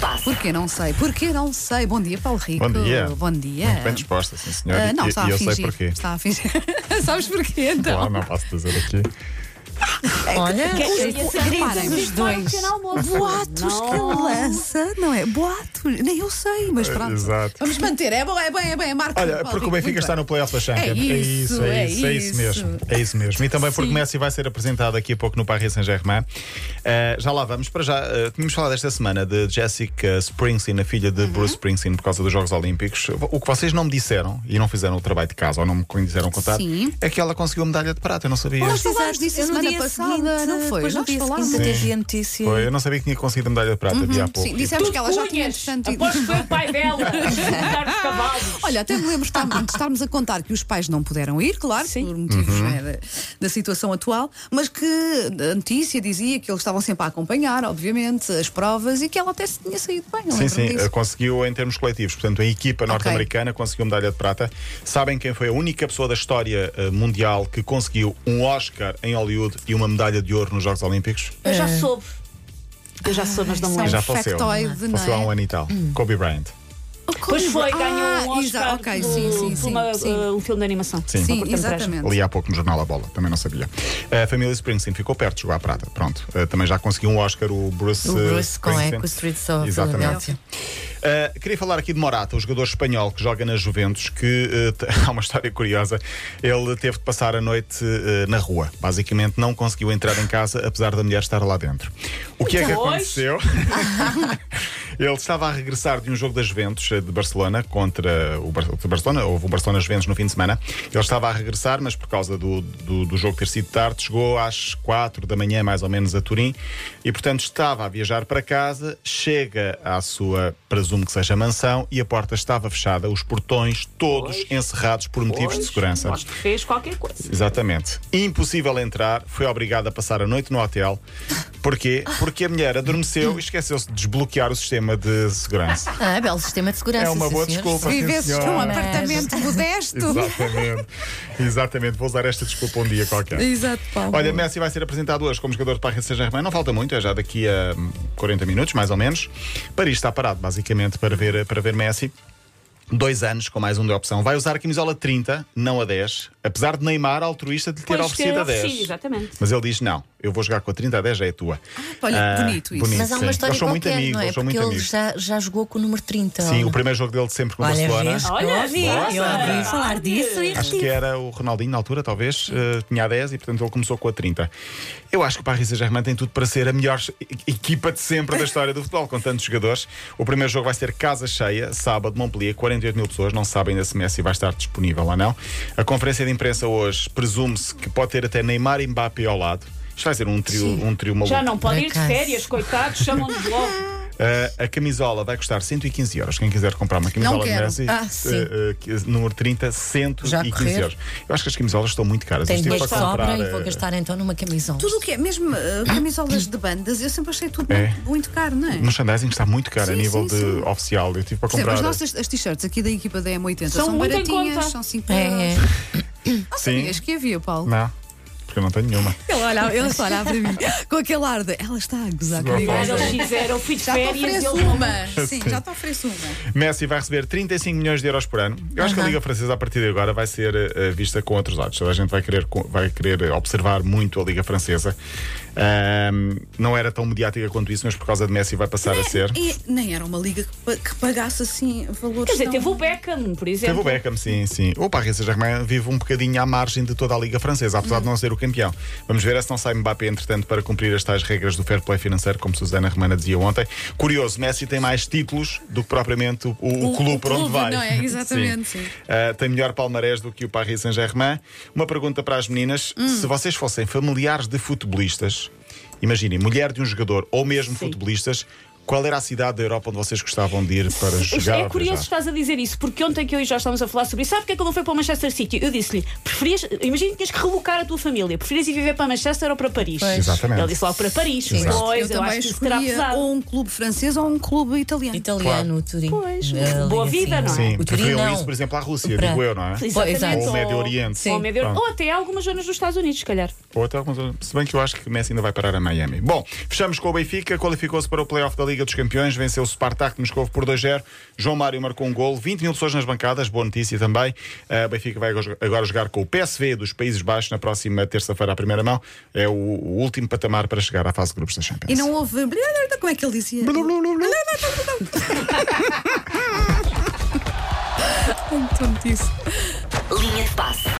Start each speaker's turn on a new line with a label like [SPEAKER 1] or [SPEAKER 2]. [SPEAKER 1] passa.
[SPEAKER 2] Porquê não sei? Porquê não sei? Bom dia, Paulo Rico.
[SPEAKER 3] Bom dia.
[SPEAKER 2] Bom dia.
[SPEAKER 3] Muito bem disposta, sim senhor.
[SPEAKER 2] Ah, não,
[SPEAKER 3] e
[SPEAKER 2] está
[SPEAKER 3] e
[SPEAKER 2] a
[SPEAKER 3] eu
[SPEAKER 2] fingir.
[SPEAKER 3] sei porquê.
[SPEAKER 2] Está a fingir. Sabes porquê então?
[SPEAKER 3] Claro, não posso dizer aqui.
[SPEAKER 2] Olha,
[SPEAKER 1] Que- eu ia ser
[SPEAKER 2] reparem,
[SPEAKER 1] rica.
[SPEAKER 2] os dois. Boatos que lança, não é? Boatos, nem eu sei, mas pronto.
[SPEAKER 3] É, Exato.
[SPEAKER 2] Vamos manter, é bom, é bem, é bem, é marca.
[SPEAKER 3] Olha, porque o Benfica está no Playoff da Champions.
[SPEAKER 2] É isso,
[SPEAKER 3] é,
[SPEAKER 2] é
[SPEAKER 3] isso, é isso
[SPEAKER 2] isso.
[SPEAKER 3] mesmo. É isso mesmo. E também porque
[SPEAKER 2] Sim.
[SPEAKER 3] Messi vai ser apresentado daqui a pouco no Paris Saint-Germain. Eh, já lá vamos. Para já, eh, tínhamos falado esta semana de Jessica Springsteen, a filha
[SPEAKER 2] Uhum.
[SPEAKER 3] de Bruce Springsteen, por causa dos Jogos Olímpicos. O que vocês não me disseram e não fizeram o trabalho de casa ou não me quiseram contar
[SPEAKER 2] Sim.
[SPEAKER 3] é que ela conseguiu a medalha de prata. Eu não sabia.
[SPEAKER 2] Nós fizemos disso
[SPEAKER 1] Eu no
[SPEAKER 2] semana
[SPEAKER 1] dia
[SPEAKER 2] passada,
[SPEAKER 1] seguinte,
[SPEAKER 2] não foi?
[SPEAKER 1] Depois no
[SPEAKER 2] Nós
[SPEAKER 1] dia
[SPEAKER 2] falámos.
[SPEAKER 1] seguinte até vi a notícia.
[SPEAKER 3] Foi, eu não sabia que tinha conseguido a medalha de prata de há pouco.
[SPEAKER 2] Uhum. Sim, dissemos que ela já tinha entretanto ido-
[SPEAKER 4] Aposto que foi o pai dela a juntar os cavalos.
[SPEAKER 2] Olha, até me lembro de estar- de estarmos a contar que os pais não puderam ir, claro, por motivos
[SPEAKER 3] Uhum.
[SPEAKER 2] né, da, da situação atual, mas que a notícia dizia que eles estavam sempre a acompanhar, obviamente, as provas e que ela até se tinha saído bem. eu
[SPEAKER 3] Sim,
[SPEAKER 2] lembro-me
[SPEAKER 3] sim,
[SPEAKER 2] disso.
[SPEAKER 3] eh, conseguiu em termos coletivos. Portanto, a equipa norte-americana conseguiu medalha de prata. Sabem quem foi a única pessoa da história eh, mundial que conseguiu um Oscar em Hollywood e uma medalha de ouro nos Jogos Olímpicos?
[SPEAKER 4] Eu já
[SPEAKER 2] É.
[SPEAKER 4] soube. Eu já soube, mas não me
[SPEAKER 2] Ai,
[SPEAKER 4] lembro.
[SPEAKER 3] Já
[SPEAKER 2] um
[SPEAKER 3] faleceu.
[SPEAKER 2] factoide, não
[SPEAKER 3] Faleceu há
[SPEAKER 2] é?
[SPEAKER 3] um ano e tal. Kobe Bryant.
[SPEAKER 4] Pois foi,
[SPEAKER 2] Ah,
[SPEAKER 4] ganhou um
[SPEAKER 2] exa-
[SPEAKER 4] Oscar
[SPEAKER 2] ok,
[SPEAKER 4] por,
[SPEAKER 2] sim, sim,
[SPEAKER 4] por
[SPEAKER 2] sim,
[SPEAKER 4] uma,
[SPEAKER 2] sim.
[SPEAKER 4] uh, um filme de animação.
[SPEAKER 3] Sim.
[SPEAKER 2] Sim,
[SPEAKER 4] Uma curta-metragem.
[SPEAKER 2] exatamente.
[SPEAKER 3] Ali há pouco no jornal A Bola, também não sabia. A família Springsteen ficou perto de jogar a prata, pronto. Eh, também já conseguiu um Oscar o Bruce, eh,
[SPEAKER 5] O Bruce com
[SPEAKER 3] Springsteen.
[SPEAKER 5] é, com o Streets of
[SPEAKER 3] Exatamente.
[SPEAKER 5] Philadelphia.
[SPEAKER 3] Uh, queria falar aqui de Morata, o jogador espanhol que joga na Juventus, que uh, t- há uma história curiosa. Ele teve de passar a noite uh, na rua. Basicamente, não conseguiu entrar em casa, apesar da mulher estar lá dentro. O que é que
[SPEAKER 4] Pois.
[SPEAKER 3] aconteceu? Ele estava a regressar de um jogo da Juventus eh, de Barcelona contra o Bar- de Barcelona, houve um Barcelona Juventus no fim de semana. Ele estava a regressar, mas por causa do, do, do jogo ter sido tarde, chegou às 4 da manhã, mais ou menos, a Turim, e portanto estava a viajar para casa, chega à sua, presumo que seja mansão, e a porta estava fechada, os portões todos encerrados por motivos de
[SPEAKER 4] Pois,
[SPEAKER 3] segurança.
[SPEAKER 4] Acho que fez qualquer coisa.
[SPEAKER 3] Exatamente. Impossível entrar, foi obrigado a passar a noite no hotel. Porquê? Porque a mulher adormeceu e esqueceu-se de desbloquear o sistema de segurança.
[SPEAKER 5] Ah, belo sistema de segurança.
[SPEAKER 3] É uma
[SPEAKER 5] sim,
[SPEAKER 3] boa
[SPEAKER 5] senhores.
[SPEAKER 3] desculpa.
[SPEAKER 2] Se vivesses num
[SPEAKER 3] senhora.
[SPEAKER 2] apartamento modesto.
[SPEAKER 3] Exatamente. Exatamente. Vou usar esta desculpa um dia qualquer.
[SPEAKER 2] Exato, Paulo.
[SPEAKER 3] Olha, Messi vai ser apresentado hoje como jogador de Paris Saint-Germain. Não falta muito, é já daqui a hum, 40 minutos, mais ou menos. Paris está parado, basicamente, para ver, para ver Messi. Dois anos com mais um de opção. Vai usar a camisola 30, não a 10. Apesar de Neymar, altruísta, de lhe ter
[SPEAKER 4] Pois,
[SPEAKER 3] oferecido
[SPEAKER 4] ter
[SPEAKER 3] a 10.
[SPEAKER 4] oferecido, exatamente.
[SPEAKER 3] Mas ele diz: não, eu vou jogar com a 30, a 10 já é tua.
[SPEAKER 2] olha,
[SPEAKER 3] Ah,
[SPEAKER 2] bonito isso.
[SPEAKER 5] Mas há
[SPEAKER 3] sim.
[SPEAKER 5] uma história
[SPEAKER 3] Eles são muito
[SPEAKER 5] qualquer,
[SPEAKER 3] amigos,
[SPEAKER 5] não é?
[SPEAKER 3] eles são
[SPEAKER 5] Porque
[SPEAKER 3] muito
[SPEAKER 5] ele
[SPEAKER 3] amigos.
[SPEAKER 5] já, já jogou com o número 30.
[SPEAKER 3] Sim,
[SPEAKER 5] olha.
[SPEAKER 3] o primeiro jogo dele sempre com o
[SPEAKER 5] Olha,
[SPEAKER 3] Barcelona.
[SPEAKER 5] vês? Eu
[SPEAKER 4] Olha,
[SPEAKER 5] ouvi,
[SPEAKER 4] nossa.
[SPEAKER 5] eu ouvi falar disso e
[SPEAKER 3] Acho que é era o Ronaldinho na altura, talvez, eh, tinha a 10 e portanto ele começou com a 30. Eu acho que o Paris Saint-Germain tem tudo para ser a melhor e- equipa de sempre da história do futebol, com tantos jogadores. O primeiro jogo vai ser casa cheia, sábado, Montpellier, 48 mil pessoas, não sabem ainda se Messi vai estar disponível ou não. A conferência de imprensa hoje presume-se que pode ter até Neymar e Mbappé ao lado. Isto vai ser um trio, um trio maluco.
[SPEAKER 4] Já não podem ir de
[SPEAKER 5] acaso.
[SPEAKER 4] férias, coitados, chamam-nos logo.
[SPEAKER 3] Uh, a camisola vai custar 115 euros. Quem quiser comprar uma camisola
[SPEAKER 2] Não
[SPEAKER 3] de
[SPEAKER 2] quero.
[SPEAKER 3] Messi,
[SPEAKER 5] Ah, sim.
[SPEAKER 3] uh, uh, que- número 30,
[SPEAKER 5] Já
[SPEAKER 3] 115
[SPEAKER 5] correr.
[SPEAKER 3] euros. Eu acho que as camisolas estão muito caras.
[SPEAKER 5] Tenho
[SPEAKER 3] Eu estive
[SPEAKER 5] dinheiro que
[SPEAKER 3] para comprar,
[SPEAKER 5] sobra e vou
[SPEAKER 3] uh,
[SPEAKER 5] gastar então numa camisola.
[SPEAKER 2] Tudo o que é, mesmo eh, camisolas de bandas, eu sempre achei tudo
[SPEAKER 3] É.
[SPEAKER 2] muito- muito caro, não é?
[SPEAKER 3] Merchandising está muito caro a
[SPEAKER 2] Sim,
[SPEAKER 3] nível
[SPEAKER 2] sim,
[SPEAKER 3] de
[SPEAKER 2] sim.
[SPEAKER 3] oficial. Eu tive para
[SPEAKER 2] Por exemplo,
[SPEAKER 3] comprar.
[SPEAKER 2] as nossas as t-shirts aqui da equipa da M80 são,
[SPEAKER 4] São muito em
[SPEAKER 2] baratinhas,
[SPEAKER 4] conta.
[SPEAKER 2] são 5
[SPEAKER 5] É, é.
[SPEAKER 2] euros. Ah,
[SPEAKER 3] Sim.
[SPEAKER 2] Sabias que havia, Paulo?
[SPEAKER 3] Não, porque eu não tenho nenhuma.
[SPEAKER 2] Ele olhava, ele só olhava para mim com aquele ar de ela está a gozar comigo.
[SPEAKER 4] Ah, Eles fizeram, fui de
[SPEAKER 2] é. Já te
[SPEAKER 4] férias
[SPEAKER 2] ofereço
[SPEAKER 4] e eles não
[SPEAKER 2] uma. Sim, já te ofereço uma.
[SPEAKER 3] Messi vai receber 35 milhões de euros por ano. Eu acho que a Liga Francesa, a partir de agora, vai ser eh, vista com outros olhos. Toda a gente vai querer, co- vai querer observar muito a Liga Francesa. Ahm, não era tão mediática quanto isso, mas por causa de Messi vai passar a ser.
[SPEAKER 2] E nem era uma liga que, pa- que pagasse assim valores.
[SPEAKER 4] Quer dizer,
[SPEAKER 2] tão-
[SPEAKER 4] teve o Beckham, por
[SPEAKER 3] Teve o
[SPEAKER 4] exemplo.
[SPEAKER 3] Beckham, sim, sim. O Paris Saint-Germain vive um bocadinho à margem de toda a Liga Francesa, apesar de não ser o campeão. Vamos ver é se não sai Mbappé, entretanto, para cumprir as tais regras do fair play financeiro, como Susana Romana dizia ontem. Curioso, Messi tem mais títulos do que propriamente o, o- o
[SPEAKER 2] O-
[SPEAKER 3] clube
[SPEAKER 2] o
[SPEAKER 3] por onde
[SPEAKER 2] clube,
[SPEAKER 3] vai.
[SPEAKER 2] não é? Exatamente, sim.
[SPEAKER 3] Ah, tem melhor palmarés do que o Paris Saint-Germain. Uma pergunta para as meninas:
[SPEAKER 2] Hum.
[SPEAKER 3] se vocês fossem familiares de futebolistas, imaginem, mulher de um jogador ou mesmo
[SPEAKER 4] Sim.
[SPEAKER 3] futebolistas. Qual era a cidade da Europa onde vocês gostavam de ir para jogar?
[SPEAKER 4] É
[SPEAKER 3] ou
[SPEAKER 4] curioso
[SPEAKER 3] viajar?
[SPEAKER 4] estás a dizer isso, porque ontem que eu e já estávamos a falar sobre isso, sabe porque é que ele não foi para o Manchester City? Eu disse-lhe, preferias, imagina que tinhas que relocar a tua família, preferias ir viver para Manchester ou para Paris?
[SPEAKER 5] Pois.
[SPEAKER 3] Exatamente.
[SPEAKER 4] Ele disse logo para Paris,
[SPEAKER 3] Exato.
[SPEAKER 4] pois,
[SPEAKER 2] eu
[SPEAKER 4] eu,
[SPEAKER 2] também
[SPEAKER 4] acho que isso terá
[SPEAKER 2] escolhia
[SPEAKER 4] pesado. Então,
[SPEAKER 2] ou um clube francês ou um clube italiano.
[SPEAKER 5] Italiano, o Turim.
[SPEAKER 4] Pois,
[SPEAKER 5] Ah,
[SPEAKER 4] boa
[SPEAKER 5] liga,
[SPEAKER 4] vida, não é?
[SPEAKER 3] Sim,
[SPEAKER 5] O Turim
[SPEAKER 3] preferiam
[SPEAKER 5] não.
[SPEAKER 3] isso, por exemplo, à Rússia,
[SPEAKER 5] Pra-
[SPEAKER 3] digo eu, não é?
[SPEAKER 4] Exatamente.
[SPEAKER 5] exato.
[SPEAKER 3] Ou o Médio Oriente.
[SPEAKER 5] Sim.
[SPEAKER 4] Ou, o Médio Oriente.
[SPEAKER 3] Pronto.
[SPEAKER 4] Ou até algumas zonas dos Estados Unidos, se calhar.
[SPEAKER 3] Ou até algumas- Se bem que eu acho que Messi ainda vai parar a Miami. Bom, fechamos com o Benfica, qualificou-se para o playoff da Liga. Liga dos Campeões, venceu o Spartak de Moscou por 2-0. João Mário marcou um gol, 20 mil pessoas nas bancadas, boa notícia também. A Benfica vai agora jogar com o PSV dos Países Baixos na próxima terça-feira à primeira mão. É o, o último patamar para chegar à fase de grupos da Champions.
[SPEAKER 2] E não houve. Como é que ele dizia?
[SPEAKER 3] Blu, blu, blu, blu.
[SPEAKER 2] tá.